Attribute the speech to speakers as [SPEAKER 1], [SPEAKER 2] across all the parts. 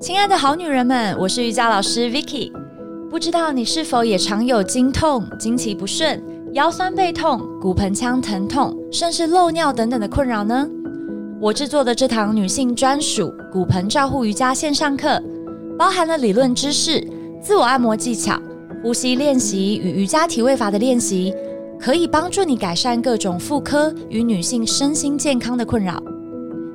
[SPEAKER 1] 亲爱的好女人们，我是瑜伽老师 Vicky。不知道你是否也常有经痛、经期不顺、腰酸背痛、骨盆腔疼痛，甚至漏尿等等的困扰呢？我制作的这堂女性专属骨盆照护瑜伽线上课，包含了理论知识、自我按摩技巧、呼吸练习与瑜伽体位法的练习，可以帮助你改善各种妇科与女性身心健康的困扰。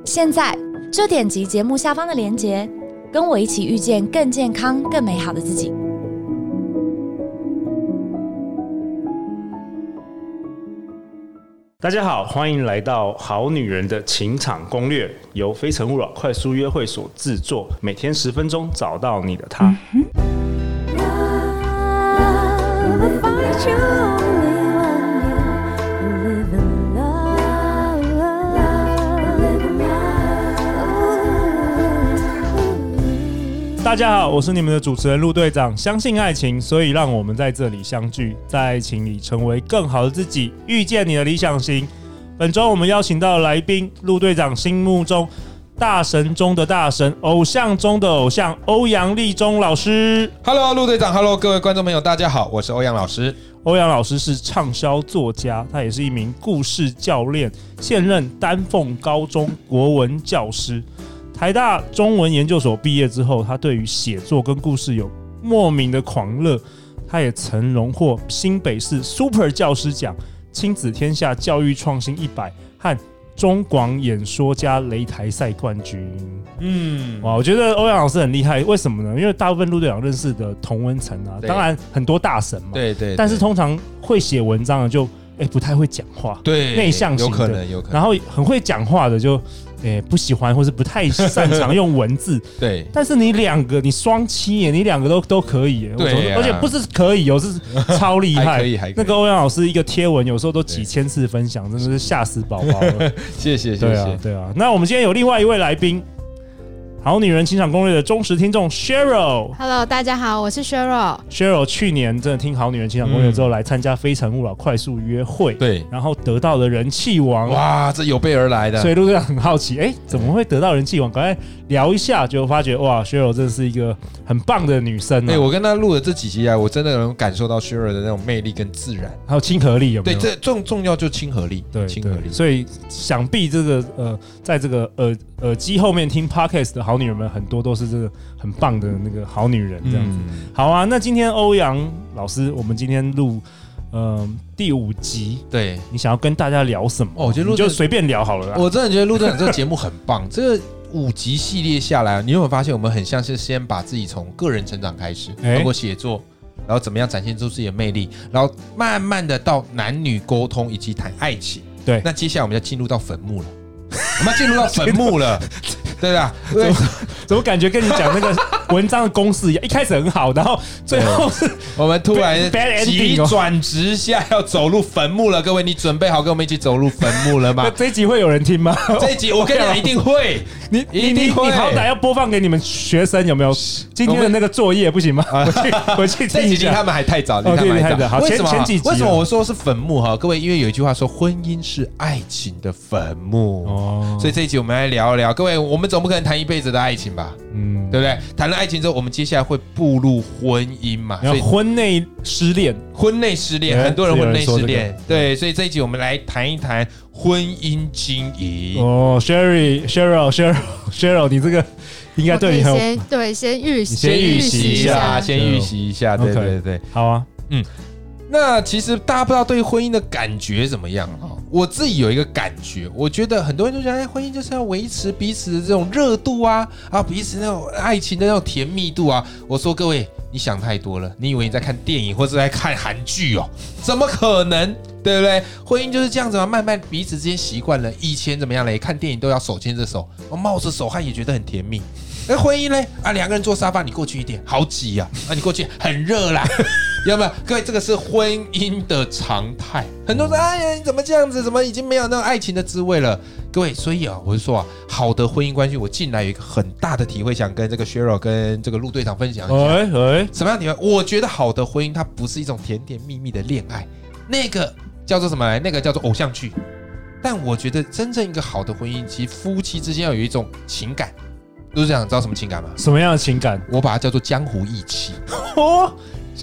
[SPEAKER 1] 现在就点击节目下方的链接，跟我一起遇见更健康、更美好的自己。
[SPEAKER 2] 大家好，欢迎来到《好女人的情场攻略》，由非诚勿扰快速约会所制作，每天十分钟，找到你的他。
[SPEAKER 3] Love, find you only one you live in love, live in love.
[SPEAKER 2] 大家好，我是你们的主持人陆队长。相信爱情，所以让我们在这里相聚，在爱情里成为更好的自己，遇见你的理想型。本周我们邀请到的来宾，陆队长心目中大神中的大神，偶像中的偶像，欧阳立中老师。
[SPEAKER 4] Hello，陆队长，Hello，各位观众朋友，大家好，我是欧阳老师。
[SPEAKER 2] 欧阳老师是畅销作家，他也是一名故事教练，现任丹凤高中国文教师。台大中文研究所毕业之后，他对于写作跟故事有莫名的狂热。他也曾荣获新北市 Super 教师奖、亲子天下教育创新一百和中广演说家擂台赛冠军。
[SPEAKER 4] 嗯，
[SPEAKER 2] 哇，我觉得欧阳老师很厉害，为什么呢？因为大部分陆队长认识的同温层啊，
[SPEAKER 4] 对
[SPEAKER 2] 当然很多大神嘛，
[SPEAKER 4] 对对，
[SPEAKER 2] 但是通常会写文章的就哎、不太会讲话，
[SPEAKER 4] 对
[SPEAKER 2] 内向型
[SPEAKER 4] 有
[SPEAKER 2] 的
[SPEAKER 4] 可能，有可能，
[SPEAKER 2] 然后很会讲话的就哎、不喜欢或是不太擅长用文 字。
[SPEAKER 4] 对
[SPEAKER 2] 但是你两个，你双七耶，你两个都都可以耶，
[SPEAKER 4] 对啊
[SPEAKER 2] 我说而且不是可以哦，是超厉害，
[SPEAKER 4] 还可以还可以
[SPEAKER 2] 那个欧阳老师一个贴文，有时候都几千次分享，真的是吓死宝宝了。
[SPEAKER 4] 谢 谢谢
[SPEAKER 2] 对啊
[SPEAKER 4] 谢，。
[SPEAKER 2] 对啊。那我们今天有另外一位来宾，《好女人情场攻略》的忠实听众 Cheryl。
[SPEAKER 5] Hello，大家好，我是 Cheryl。
[SPEAKER 2] Cheryl 去年真的听《好女人情场攻略》之
[SPEAKER 4] 嗯
[SPEAKER 2] 后，来参加《非诚勿扰》快速约会，
[SPEAKER 4] 对
[SPEAKER 2] 然后得到了人气王。
[SPEAKER 4] 哇，啊这有备而来的，
[SPEAKER 2] 啊所以陆队长很好奇，哎、怎么会得到人气王？赶快聊一下，就发觉哇，Cheryl 真的是一个很棒的女生、啊，
[SPEAKER 4] 哎、我跟他录的这几集啊，我真的能感受到 Shira 的那种魅力跟自然。
[SPEAKER 2] 还有亲和力有没
[SPEAKER 4] 对，
[SPEAKER 2] 有？
[SPEAKER 4] 这重重要就亲和力，
[SPEAKER 2] 对
[SPEAKER 4] 亲和力
[SPEAKER 2] 对。所以想必这个呃，在这个耳耳机后面听 podcast 的好女人们，很多都是这个很棒的那个好女人这样子。
[SPEAKER 4] 嗯，
[SPEAKER 2] 好啊，那今天欧阳老师，我们今天录呃第五集，
[SPEAKER 4] 对，
[SPEAKER 2] 你想要跟大家聊什么？
[SPEAKER 4] 哦我觉得
[SPEAKER 2] 你
[SPEAKER 4] 录
[SPEAKER 2] 就
[SPEAKER 4] 这
[SPEAKER 2] 随便聊好了啊啦。
[SPEAKER 4] 我真的觉得陆队长这个节目很棒， 这个五集系列下来，你有没有发现我们很像是先把自己从个人成长开始，
[SPEAKER 2] 哎
[SPEAKER 4] 通过写作。然后怎么样展现出自己的魅力，然后慢慢的到男女沟通以及谈爱情。
[SPEAKER 2] 对
[SPEAKER 4] 那接下来我们要进入到坟墓了，我们要进入到坟 墓了，对吧？对，啊
[SPEAKER 2] 怎么感觉跟你讲那 个文章的公式一样？一开始很好，然后最后是
[SPEAKER 4] 我们突然
[SPEAKER 2] Bad- bad
[SPEAKER 4] 急
[SPEAKER 2] ending 哦
[SPEAKER 4] 转直下要走入坟墓了，各位，你准备好跟我们一起走入坟墓了 吗
[SPEAKER 2] 那？这一集会有人听 吗？
[SPEAKER 4] 这一集 我跟你讲一定会，
[SPEAKER 2] 你你
[SPEAKER 4] 一
[SPEAKER 2] 你你
[SPEAKER 4] 定会
[SPEAKER 2] 好歹要播放给你们学生有没有？今天的那个作业不行吗？ 我 去我去
[SPEAKER 4] 哦这
[SPEAKER 2] 听一
[SPEAKER 4] 几集他
[SPEAKER 2] 下。
[SPEAKER 4] 们还太早，
[SPEAKER 2] 哦
[SPEAKER 4] 离他
[SPEAKER 2] 对
[SPEAKER 4] 们还
[SPEAKER 2] 离太早
[SPEAKER 4] 早。
[SPEAKER 2] 好
[SPEAKER 4] 为什么
[SPEAKER 2] 前前几集啊
[SPEAKER 4] 为什么我说是坟墓哈？各位，因为有一句话说，婚姻是爱情的坟墓。
[SPEAKER 2] 哦
[SPEAKER 4] 所以这一集我们来聊一聊，各位，我们总不可能谈一辈子的爱情吧，
[SPEAKER 2] 嗯，
[SPEAKER 4] 对不对？谈了爱情之后，我们接下来会步入婚姻嘛，
[SPEAKER 2] 然
[SPEAKER 4] 所
[SPEAKER 2] 后
[SPEAKER 4] 以
[SPEAKER 2] 婚内失恋，
[SPEAKER 4] 婚内失恋，
[SPEAKER 2] 哎
[SPEAKER 4] 很多人婚内
[SPEAKER 2] 是有人说
[SPEAKER 4] 失
[SPEAKER 2] 这个
[SPEAKER 4] 恋，对，所以这一集我们来谈一谈婚姻经营。
[SPEAKER 2] 哦，Sherry、Cheryl、Cheryl、Cheryl，你这个应该
[SPEAKER 5] 我可
[SPEAKER 2] 对
[SPEAKER 5] 以
[SPEAKER 2] 你很有
[SPEAKER 5] 先对先预习，
[SPEAKER 2] 先预习一下嗯
[SPEAKER 4] 先预习一下，对
[SPEAKER 2] OK
[SPEAKER 4] 对对。
[SPEAKER 2] 好啊。
[SPEAKER 4] 那其实大家不知道对婚姻的感觉怎么样哈？我自己有一个感觉，我觉得很多人就觉得，哎，婚姻就是要维持彼此的这种热度啊，啊，彼此那种爱情的那种甜蜜度啊。我说各位，你想太多了，你以为你在看电影或者在看韩剧哦？怎么可能？对不对？婚姻就是这样子嘛，慢慢彼此之间习惯了。以前怎么样嘞？看电影都要手牵着手，哦冒着手汗也觉得很甜蜜。哎，婚姻嘞啊，两个人坐沙发，你过去一点，好挤呀、啊！啊，你过去很热啦， 有没有？各位，这个是婚姻的常态。很多人说，哎呀，你怎么这样子？怎么已经没有那种爱情的滋味了？各位，所以啊，我是说啊，好的婚姻关系，我进来有一个很大的体会，想跟这个 Cheryl 跟这个陆队长分享一下。
[SPEAKER 2] 哎哎，
[SPEAKER 4] 什么样的体会？我觉得好的婚姻它不是一种甜甜蜜蜜的恋爱，那个叫做什么来？那个叫做偶像剧。但我觉得真正一个好的婚姻，其实夫妻之间要有一种情感，陆队长，你知道什么情感吗？
[SPEAKER 2] 什么样的情感？
[SPEAKER 4] 我把它叫做江湖义气。
[SPEAKER 2] 哦，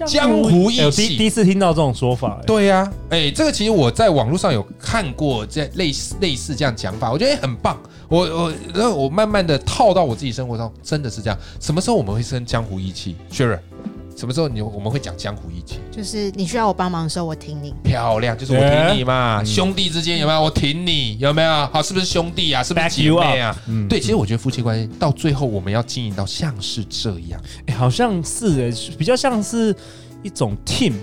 [SPEAKER 4] 江湖义气
[SPEAKER 2] 哎我第第一次听到这种说法、哎
[SPEAKER 4] 对呀、哎、这个其实我在网络上有看过这类似类似这样讲法，我觉得、哎很棒。我我然后我慢慢的套到我自己生活上，真的是这样。什么时候我们会生江湖义气？Sure，什么时候你我们会讲江湖义气？
[SPEAKER 5] 就是你需要我帮忙的时候，我挺你。
[SPEAKER 4] 漂亮，就是我挺你
[SPEAKER 2] 嗯
[SPEAKER 4] 嘛，兄弟之间有没有？我挺你有没有？好，是不是兄弟啊？是不是
[SPEAKER 2] Back
[SPEAKER 4] 姐
[SPEAKER 2] you up
[SPEAKER 4] 妹啊？
[SPEAKER 2] 嗯
[SPEAKER 4] 对，其实我觉得夫妻关系到最后，我们要经营到像是这样
[SPEAKER 2] 哎好像是哎、比较像是一种 team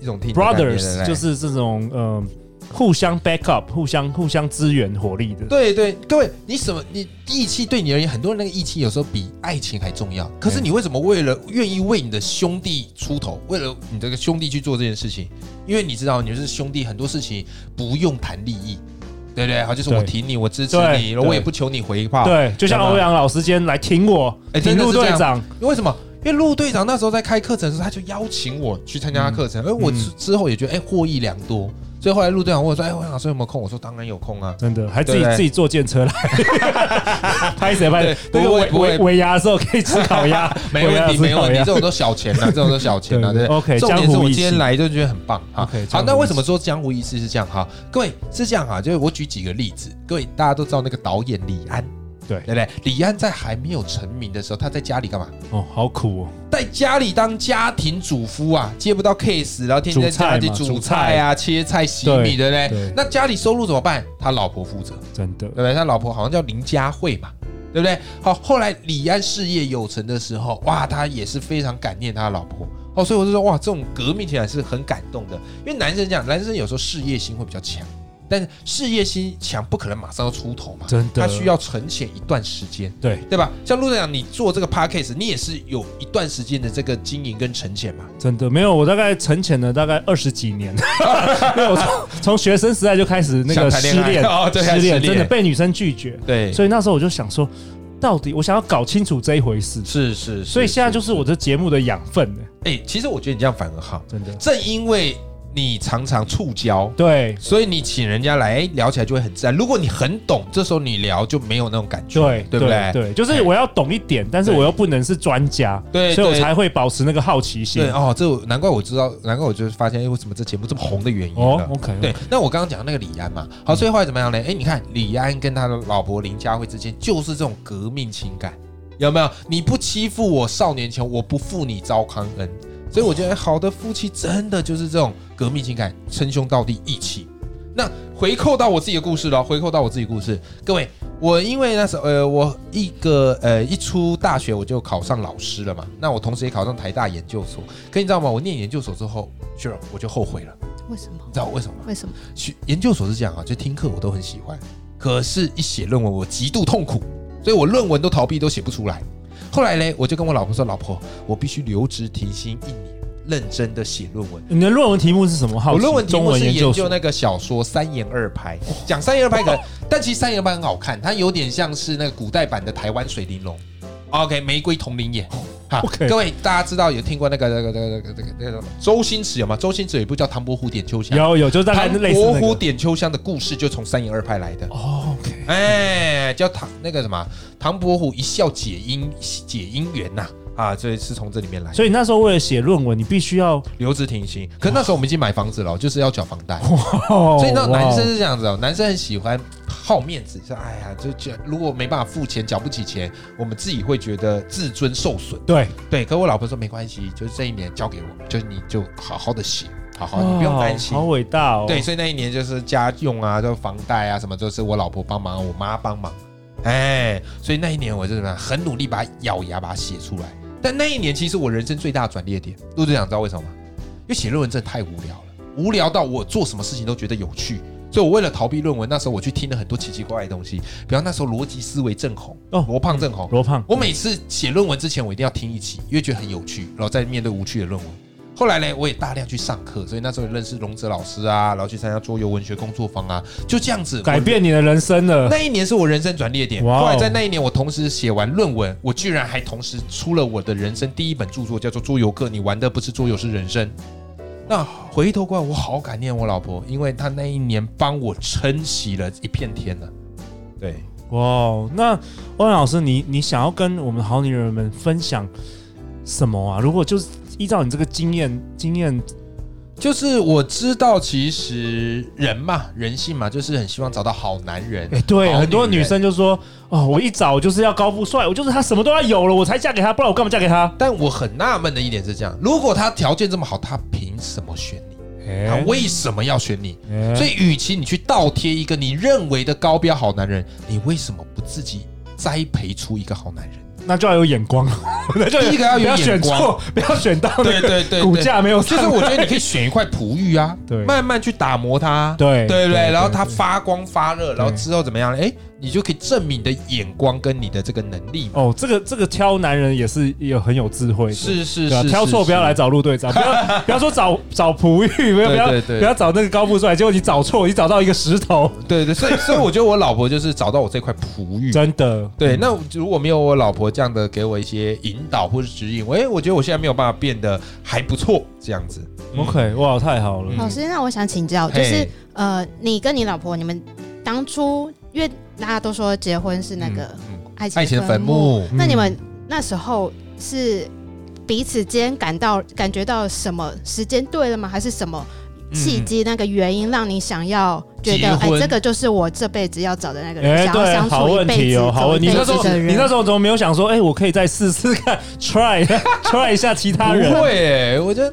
[SPEAKER 4] 一种挺
[SPEAKER 2] brothers，就是这种嗯、互相 back up、互相互相支援火力的。
[SPEAKER 4] 对对对，你什么你义气对你而言，很多人那个义气有时候比爱情还重要。可是
[SPEAKER 2] 嗯
[SPEAKER 4] 你为什么为了愿意为你的兄弟出头，为了你这个兄弟去做这件事情？因为你知道，你是兄弟，很多事情不用谈利益，对不对？好，就是我
[SPEAKER 2] 对
[SPEAKER 4] 挺你，我支持
[SPEAKER 2] 对
[SPEAKER 4] 你，我
[SPEAKER 2] 对
[SPEAKER 4] 也不求你回报。
[SPEAKER 2] 对，就像
[SPEAKER 4] 对吧
[SPEAKER 2] 欧阳老师今天来挺我，
[SPEAKER 4] 啊哎
[SPEAKER 2] 挺
[SPEAKER 4] 真的
[SPEAKER 2] 陆
[SPEAKER 4] 是这
[SPEAKER 2] 队
[SPEAKER 4] 样
[SPEAKER 2] 长，
[SPEAKER 4] 为什么？因为陆队长那时候在开课程的时候，他就邀请我去参加他课
[SPEAKER 2] 嗯
[SPEAKER 4] 程，而我之之后也觉得哎获益良多，所以后来陆队长问我说：“哎，欧阳老师有没有空？”我说：“当然有 空啊。
[SPEAKER 2] 真的还自己
[SPEAKER 4] 对不对
[SPEAKER 2] 自己坐电车来， 拍谁拍谁？
[SPEAKER 4] 对
[SPEAKER 2] 那个
[SPEAKER 4] 不会
[SPEAKER 2] 尾
[SPEAKER 4] 不会，”
[SPEAKER 2] 尾尾牙的时候可以吃烤鸭
[SPEAKER 4] 没问
[SPEAKER 2] 尾牙的
[SPEAKER 4] 题，
[SPEAKER 2] 时候
[SPEAKER 4] 没问
[SPEAKER 2] 吃烤
[SPEAKER 4] 题，这
[SPEAKER 2] 鸭
[SPEAKER 4] 种都小钱 啊呐，这种都小钱呐，
[SPEAKER 2] 对
[SPEAKER 4] 对
[SPEAKER 2] 对 OK，
[SPEAKER 4] 重点
[SPEAKER 2] 江
[SPEAKER 4] 是
[SPEAKER 2] 湖
[SPEAKER 4] 我
[SPEAKER 2] 义
[SPEAKER 4] 今天
[SPEAKER 2] 气
[SPEAKER 4] 来就觉得很棒哈
[SPEAKER 2] OK，。江
[SPEAKER 4] 好，
[SPEAKER 2] 湖
[SPEAKER 4] 那
[SPEAKER 2] 义
[SPEAKER 4] 为什
[SPEAKER 2] 气
[SPEAKER 4] 么说江湖义气是这样哈？各位是这样哈，就是我举几个例子，各位大家都知道那个导演李安，
[SPEAKER 2] 对
[SPEAKER 4] 对不对？李安在还没有成名的时候，他在家里干嘛？
[SPEAKER 2] 哦，好苦哦，
[SPEAKER 4] 在家里当家庭主夫啊，接不到 case，然后天天在家里
[SPEAKER 2] 煮菜嘛
[SPEAKER 4] 煮菜啊、切菜、洗米，对不对
[SPEAKER 2] 对
[SPEAKER 4] 那家里收入怎么办？他老婆负责，
[SPEAKER 2] 真的
[SPEAKER 4] 对不对？他老婆好像叫林佳慧嘛，对不对？好，后来李安事业有成的时候，哇，他也是非常感念他老婆。哦，所以我就说，哇，这种革命起来是很感动的，因为男生这样，男生有时候事业心会比较强，但是事业心强不可能马上就出头嘛，
[SPEAKER 2] 真的
[SPEAKER 4] 他需要沉潜一段时间。
[SPEAKER 2] 对。
[SPEAKER 4] 对吧？像陆队长，你做这个 podcast，你也是有一段时间的这个经营跟沉潜嘛？
[SPEAKER 2] 真的没有，我大概沉潜了大概二十几 年， 没有，我从从学生时代就开始那个
[SPEAKER 4] 想谈
[SPEAKER 2] 失
[SPEAKER 4] 恋爱
[SPEAKER 2] 恋，
[SPEAKER 4] 哦对
[SPEAKER 2] 失
[SPEAKER 4] 失
[SPEAKER 2] 恋
[SPEAKER 4] 恋
[SPEAKER 2] 真的被女生拒绝，
[SPEAKER 4] 对
[SPEAKER 2] 所以那时候我就想说，到底我想要搞清楚这一回事，
[SPEAKER 4] 是是
[SPEAKER 2] 所以现在就是我这节目的养分了，
[SPEAKER 4] 哎、其实我觉得你这样反而好，
[SPEAKER 2] 真的，
[SPEAKER 4] 正因为你常常触交，
[SPEAKER 2] 对
[SPEAKER 4] 所以你请人家来、哎聊起来就会很自然。如果你很懂，这时候你聊就没有那种感觉，
[SPEAKER 2] 对
[SPEAKER 4] 对不对？
[SPEAKER 2] 对，就是我要懂一点，但是
[SPEAKER 4] 对
[SPEAKER 2] 我又不能是专家，
[SPEAKER 4] 对
[SPEAKER 2] 所以我
[SPEAKER 4] 对
[SPEAKER 2] 才会保持那个好奇心
[SPEAKER 4] 对。哦，这我难怪我知道，难怪我就是发现，哎、为什么这节目这么红的原因啊
[SPEAKER 2] 哦
[SPEAKER 4] 了。
[SPEAKER 2] ，OK，
[SPEAKER 4] 对，那我刚刚讲那个李安嘛，好，所以后来怎么样呢？哎，你看李安跟他的老婆林佳慧之间就是这种革命情感，有没有？你不欺负我少年穷，我不负你糟糠恩。所以我觉得好的夫妻真的就是这种革命情感，称兄道弟，义气。那回扣到我自己的故事了，回扣到我自己的故事，各位，我因为那时候呃，我一个呃一出大学我就考上老师了嘛，那我同时也考上台大研究所。可你知道吗？我念研究所之后，s u r e 我就后悔了，
[SPEAKER 5] 为什么
[SPEAKER 4] 你？知道为什么吗？
[SPEAKER 5] 为什么？
[SPEAKER 4] 学研究所是这样啊，就听课我都很喜欢，可是，一写论文我极度痛苦，所以我论文都逃避，都写不出来。后来呢，我就跟我老婆说：“老婆，我必须留职停薪一年，认真的写论文。
[SPEAKER 2] 你的论文题目是什么？好
[SPEAKER 4] 我
[SPEAKER 2] 奇，
[SPEAKER 4] 论文题
[SPEAKER 2] 中
[SPEAKER 4] 目
[SPEAKER 2] 文
[SPEAKER 4] 是
[SPEAKER 2] 研
[SPEAKER 4] 研
[SPEAKER 2] 究
[SPEAKER 4] 究
[SPEAKER 2] 所
[SPEAKER 4] 那个小说《三言二拍》，讲三言二拍可能，但其实三言二拍很好看，它有点像是那个古代版的台湾水玲珑。OK，玫瑰同林眼。好
[SPEAKER 2] OK
[SPEAKER 4] 各位大家知道有听过那个那个那个那个那个那个周星驰有吗？周星驰有一部叫《唐伯虎点秋香》，
[SPEAKER 2] 有有，就大概
[SPEAKER 4] 唐
[SPEAKER 2] 类似
[SPEAKER 4] 伯
[SPEAKER 2] 那
[SPEAKER 4] 虎
[SPEAKER 2] 个。
[SPEAKER 4] 点秋香的故事就从三言二拍来的。
[SPEAKER 2] 哦，OK，
[SPEAKER 4] 哎，叫唐那个什么唐伯虎一笑解姻解姻缘呐、啊，所以是从这里面来。
[SPEAKER 2] 所以那时候为了写论文，你必须 要，
[SPEAKER 4] 留职停薪，可那时候我们已经买房子了，就是要缴房贷。
[SPEAKER 2] 所
[SPEAKER 4] 哦所以那男生是这样子哦，男生很喜欢好面子，说哎呀，就就如果没办法付钱，缴不起钱，我们自己会觉得自尊受损。
[SPEAKER 2] 对，
[SPEAKER 4] 对，可我老婆说没关系，就是这一年交给我，就是你就好好的写，好好，
[SPEAKER 2] 哇
[SPEAKER 4] 哦你不用担心
[SPEAKER 2] 好。伟大哦。
[SPEAKER 4] 对，，所以那一年就是家用啊，就房贷啊什么，就是我老婆帮忙，我妈帮忙。哎，所以那一年我就什么样，很努力把它咬牙把它写出来。但那一年其实我人生最大的转捩点，陆队长知道为什么吗？因为写论文真的太无聊了，无聊到我做什么事情都觉得有趣。所以我为了逃避论文，那时候我去听了很多奇奇怪怪的东西，比方那时候逻辑思维正红，
[SPEAKER 2] 哦
[SPEAKER 4] 罗胖正红，
[SPEAKER 2] 罗胖，
[SPEAKER 4] 我每次写论文之前，我一定要听一集，因为觉得很有趣，然后再面对无趣的论文。后来呢，我也大量去上课，所以那时候认识龙泽老师啊，然后去参加桌游文学工作坊啊，就这样子
[SPEAKER 2] 改。变你的人生
[SPEAKER 4] 我
[SPEAKER 2] 了。
[SPEAKER 4] 那一年是我人生转捩点。
[SPEAKER 2] 哇哦
[SPEAKER 4] 后来在那一年，我同时写完论文，我居然还同时出了我的人生第一本著作，叫做《桌游课》，你玩的不是桌游，是人生。那回头过来，我好啊感念我老婆，因为她那一年帮我撑起了一片天呢、对，
[SPEAKER 2] 哇哦，那欧阳老师，你你想要跟我们好女人们分享什么啊？如果就是依照你这个经验经验，
[SPEAKER 4] 就是我知道，其实人嘛，人性嘛，就是很希望找到好男人。
[SPEAKER 2] 哎、对，
[SPEAKER 4] 好
[SPEAKER 2] 很多女
[SPEAKER 4] 人
[SPEAKER 2] 生就说哦，我一找就是要高富帅，我就是他什么都要有了，我才嫁给他，不然我干嘛嫁给他？
[SPEAKER 4] 但我很纳闷的一点是这样：如果他条件这么好，他凭什么选你？他
[SPEAKER 2] 哎、
[SPEAKER 4] 为什么要选你？
[SPEAKER 2] 哎
[SPEAKER 4] 啊所以，与其你去倒贴一个你认为的高标好男人，你为什么不自己栽培出一个好 男人？
[SPEAKER 2] 那就要有眼光了，那就
[SPEAKER 4] 第一个要 有
[SPEAKER 2] 不要选
[SPEAKER 4] 眼光
[SPEAKER 2] 错，不要选到那
[SPEAKER 4] 对
[SPEAKER 2] 个
[SPEAKER 4] 对 对，
[SPEAKER 2] 骨
[SPEAKER 4] 对
[SPEAKER 2] 架没有上来，
[SPEAKER 4] 就是我觉得你可以选一块璞玉啊，
[SPEAKER 2] 对
[SPEAKER 4] 慢慢去打磨它，啊
[SPEAKER 2] 对
[SPEAKER 4] 对不
[SPEAKER 2] 对
[SPEAKER 4] 对？
[SPEAKER 2] 对
[SPEAKER 4] 然后
[SPEAKER 2] 对
[SPEAKER 4] 它发光发热，然后之后怎么样？哎，你就可以证明你的眼光跟你的这个能力嘛。
[SPEAKER 2] 哦，这个这个挑男人也是有很有智慧的，
[SPEAKER 4] 是是
[SPEAKER 2] 对啊
[SPEAKER 4] 是，
[SPEAKER 2] 挑错
[SPEAKER 4] 是
[SPEAKER 2] 不要来。找陆队长，不 要不要说找找璞玉，不要不要
[SPEAKER 4] 对对对
[SPEAKER 2] 不要找那个高富帅，结果你找错，你找到一个石头，
[SPEAKER 4] 是对对，所以所以我觉得我老婆就是找到我这块璞玉。
[SPEAKER 2] 真的。嗯
[SPEAKER 4] 对，那如果没有我老婆这样的给我一些引导或是指引，我哎，我觉得我现在没有办法变得还不错这样子。
[SPEAKER 2] OK，哇，太好了
[SPEAKER 4] 嗯，
[SPEAKER 5] 老师，那我想请教，
[SPEAKER 4] 嘿
[SPEAKER 5] 哦就是呃，你跟你老婆，你们当初因为大家都说结婚是那个
[SPEAKER 4] 嗯嗯
[SPEAKER 5] 爱情
[SPEAKER 4] 爱情的
[SPEAKER 5] 坟
[SPEAKER 4] 坟
[SPEAKER 2] 嗯
[SPEAKER 5] 墓，
[SPEAKER 4] 墓，
[SPEAKER 5] 那你们那时候是彼此间感到感觉到什么时间对了吗？还是什么契机、那个原因让你想要觉
[SPEAKER 4] 结
[SPEAKER 5] 得，哎、
[SPEAKER 4] 婚
[SPEAKER 5] 这个就是我这辈子要找的那个人，
[SPEAKER 2] 哎，
[SPEAKER 5] 想要
[SPEAKER 2] 对，
[SPEAKER 5] 相
[SPEAKER 2] 好
[SPEAKER 5] 处一
[SPEAKER 2] 问
[SPEAKER 5] 辈
[SPEAKER 2] 题
[SPEAKER 5] 子、
[SPEAKER 2] 哦，好
[SPEAKER 5] 走一
[SPEAKER 2] 问题。你
[SPEAKER 5] 辈
[SPEAKER 2] 那时候
[SPEAKER 5] 子的
[SPEAKER 2] 你
[SPEAKER 5] 人。
[SPEAKER 2] 那时候怎么没有想说，哎，我可以再试试看，try try 一下其他人
[SPEAKER 4] 不，会，我觉得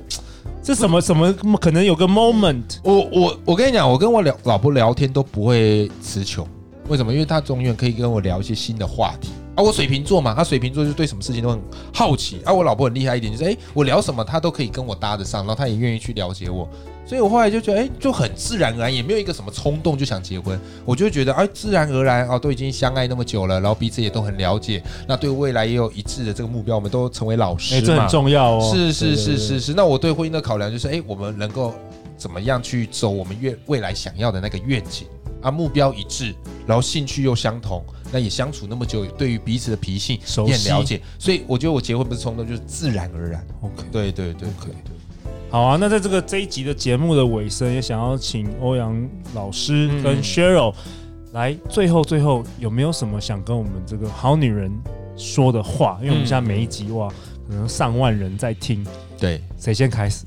[SPEAKER 2] 这什么什么可能有个 moment，
[SPEAKER 4] 我我我跟你讲，我跟我聊老婆聊天都不会词穷，为什么？因为她永远可以跟我聊一些新的话题啊。我水瓶座嘛，她水瓶座就对什么事情都很好奇啊。我老婆很厉害一点，就是哎、我聊什么她都可以跟我搭得上，然后她也愿意去了解我。所以我后来就觉得，哎、就很自然而然，也没有一个什么冲动就想结婚。我就觉得，哎、自然而然哦，都已经相爱那么久了，然后彼此也都很了解，那对未来也有一致的这个目标，我们都成为老师
[SPEAKER 2] 哎，
[SPEAKER 4] 嘛，
[SPEAKER 2] 这很重要哦，
[SPEAKER 4] 是是
[SPEAKER 2] 对
[SPEAKER 4] 是是，是，那我对婚姻的考量就是，哎、我们能够怎么样去走我们愿未来想要的那个愿景啊，目标一致，然后兴趣又相同，那也相处那么久，对于彼此的脾性
[SPEAKER 2] 熟
[SPEAKER 4] 也很
[SPEAKER 2] 悉
[SPEAKER 4] 了解，所以我觉得我结婚不是冲动，就是自然而然。
[SPEAKER 2] 对对 OK。
[SPEAKER 4] 对对对对
[SPEAKER 2] 好啊，那在这个这一集的节目的尾声，也想要请欧阳老师
[SPEAKER 4] 嗯
[SPEAKER 2] 跟 Cheryl、来，最后最后有没有什么想跟我们这个好女人说的话？因为我们现在每一集哇，可能上万人在听，
[SPEAKER 4] 对。
[SPEAKER 2] 谁先开始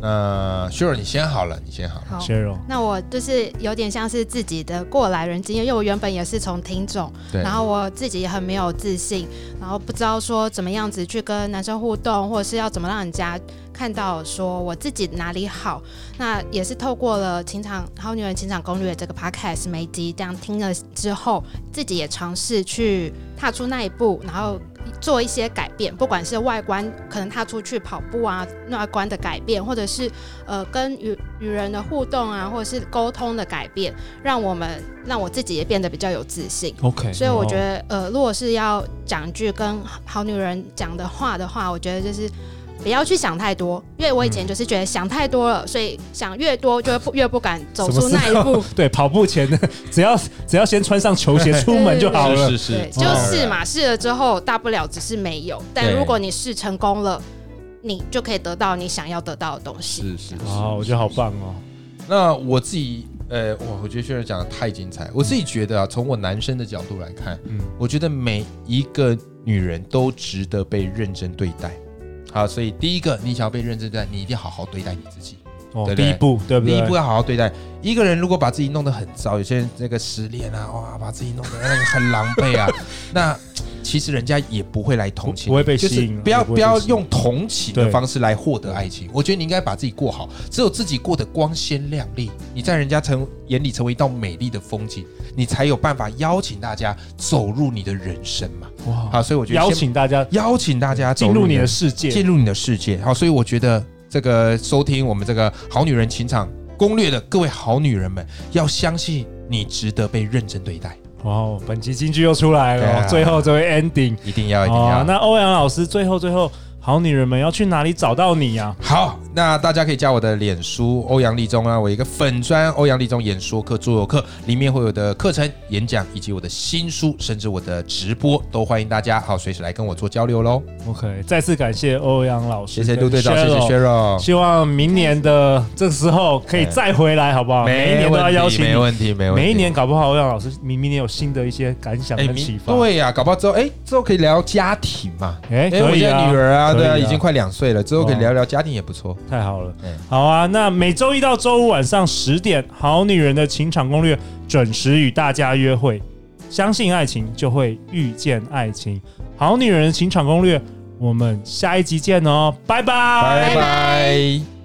[SPEAKER 4] 那 s h i r 你先好了，你先好了。
[SPEAKER 5] 好
[SPEAKER 2] ？Cheryl，
[SPEAKER 5] 那我就是有点像是自己的过来人经验，因为我原本也是从听众，
[SPEAKER 4] 对，
[SPEAKER 5] 然后我自己也很没有自信，然后不知道说怎么样子去跟男生互动，或者是要怎么让人家看到说我自己哪里好。那也是透过了《情场好女人情场攻略》这个 podcast 每集这样听了之后，自己也尝试去踏出那一步，然后做一些改变，不管是外观可能踏出去跑步啊，外观的改变，或者是呃跟与与人的互动啊，或者是沟通的改变，让我们让我自己也变得比较有自信。
[SPEAKER 2] OK，
[SPEAKER 5] 所以我觉得，呃，如果是要讲一句跟好女人讲的话的话，我觉得就是不要去想太多，因为我以前就是觉得想太多了，所以想越多就会不越不敢走出那一步。
[SPEAKER 2] 对跑步前呢，只要只要先穿上球鞋出门就好了。
[SPEAKER 4] 是
[SPEAKER 5] 对，
[SPEAKER 4] 是
[SPEAKER 5] 就试嘛，试了之后大不了只是没有，但
[SPEAKER 4] 对
[SPEAKER 5] 如果你试成功了，你就可以得到你想要得到的东西。
[SPEAKER 4] 是是是
[SPEAKER 2] 哇，我觉得好棒哦！
[SPEAKER 4] 那我自己，呃，哇，我觉得轩儿讲的太精彩。我自己觉得啊，从我男生的角度来看，
[SPEAKER 2] 嗯
[SPEAKER 4] 嗯，我觉得每一个女人都值得被认真对待。好，所以第一个，你想要被认真对待，你一定要好好对待你自己。
[SPEAKER 2] 哦，
[SPEAKER 4] 对
[SPEAKER 2] 第
[SPEAKER 4] 不对
[SPEAKER 2] 一步对不
[SPEAKER 4] 你
[SPEAKER 2] 对？
[SPEAKER 4] 一步要啊好好对待。一个人如果把自己弄得很糟，有些人那个失恋啊，哇，把自己弄得那个很狼 狈啊，那其实人家也不会来同情你，
[SPEAKER 2] 不不会被
[SPEAKER 4] 就是
[SPEAKER 2] 吸引
[SPEAKER 4] 不要
[SPEAKER 2] 也不会
[SPEAKER 4] 不
[SPEAKER 2] 被
[SPEAKER 4] 要
[SPEAKER 2] 吸引
[SPEAKER 4] 用同情的
[SPEAKER 2] 对
[SPEAKER 4] 方式来获得爱情。我觉得你应该把自己过好，只有自己过得光鲜亮丽，你在人家成眼里成为一道美丽的风景，你才有办法邀请大家走入你的人生嘛。
[SPEAKER 2] 哇，
[SPEAKER 4] 好，所以我觉得
[SPEAKER 2] 哦邀
[SPEAKER 4] 先
[SPEAKER 2] 请大家
[SPEAKER 4] 邀请大家走
[SPEAKER 2] 进入
[SPEAKER 4] 你
[SPEAKER 2] 你
[SPEAKER 4] 的
[SPEAKER 2] 的世界，
[SPEAKER 4] 进入你的世界。好，所以我觉得这个收听我们这个《好女人情场攻略》的各位好女人们，要相信你值得被认真对待，
[SPEAKER 2] 哇哦，本集金句又出来了，
[SPEAKER 4] 对啊
[SPEAKER 2] 最后这位 ending。
[SPEAKER 4] 一定要，一定
[SPEAKER 2] 哦
[SPEAKER 4] 要。，
[SPEAKER 2] 那欧阳老师最后最后，好女人们要去哪里找到你呀、
[SPEAKER 4] 好，那大家可以加我的脸书欧阳立中啊，我有一个粉砖欧阳立中演说课、桌游课，里面会有我的课程、演讲，以及我的新书，甚至我的直播，都欢迎大家好随时来跟我做交流喽。
[SPEAKER 2] o k 再次感谢欧阳老师，
[SPEAKER 4] 谢谢陆队长，谢谢 Cheryl，
[SPEAKER 2] 希望明年的这个时候可以再回来，好不好？每一年都要邀请
[SPEAKER 4] 没
[SPEAKER 2] 你，
[SPEAKER 4] 问题，没问题，
[SPEAKER 2] 每一年搞不好欧阳老师明明年有新的一些感想
[SPEAKER 4] 哎，
[SPEAKER 2] 跟
[SPEAKER 4] 明
[SPEAKER 2] 启发。
[SPEAKER 4] 对呀、搞不好之后，哎，之后可以聊家庭嘛。
[SPEAKER 2] 哎
[SPEAKER 4] 哎，
[SPEAKER 2] 可
[SPEAKER 4] 我
[SPEAKER 2] 以
[SPEAKER 4] 现在
[SPEAKER 2] 啊，
[SPEAKER 4] 女儿啊，
[SPEAKER 2] 可以
[SPEAKER 4] 对
[SPEAKER 2] 啊
[SPEAKER 4] 啊，已经快两岁了，之后可以聊聊家庭也不错。
[SPEAKER 2] 太好了
[SPEAKER 4] 嗯，
[SPEAKER 2] 好啊！那每周一到周五晚上十点，《好女人的情场攻略》准时与大家约会。相信爱情，就会遇见爱情。《好女人的情场攻略》，我们下一集见哦，拜拜
[SPEAKER 4] 拜拜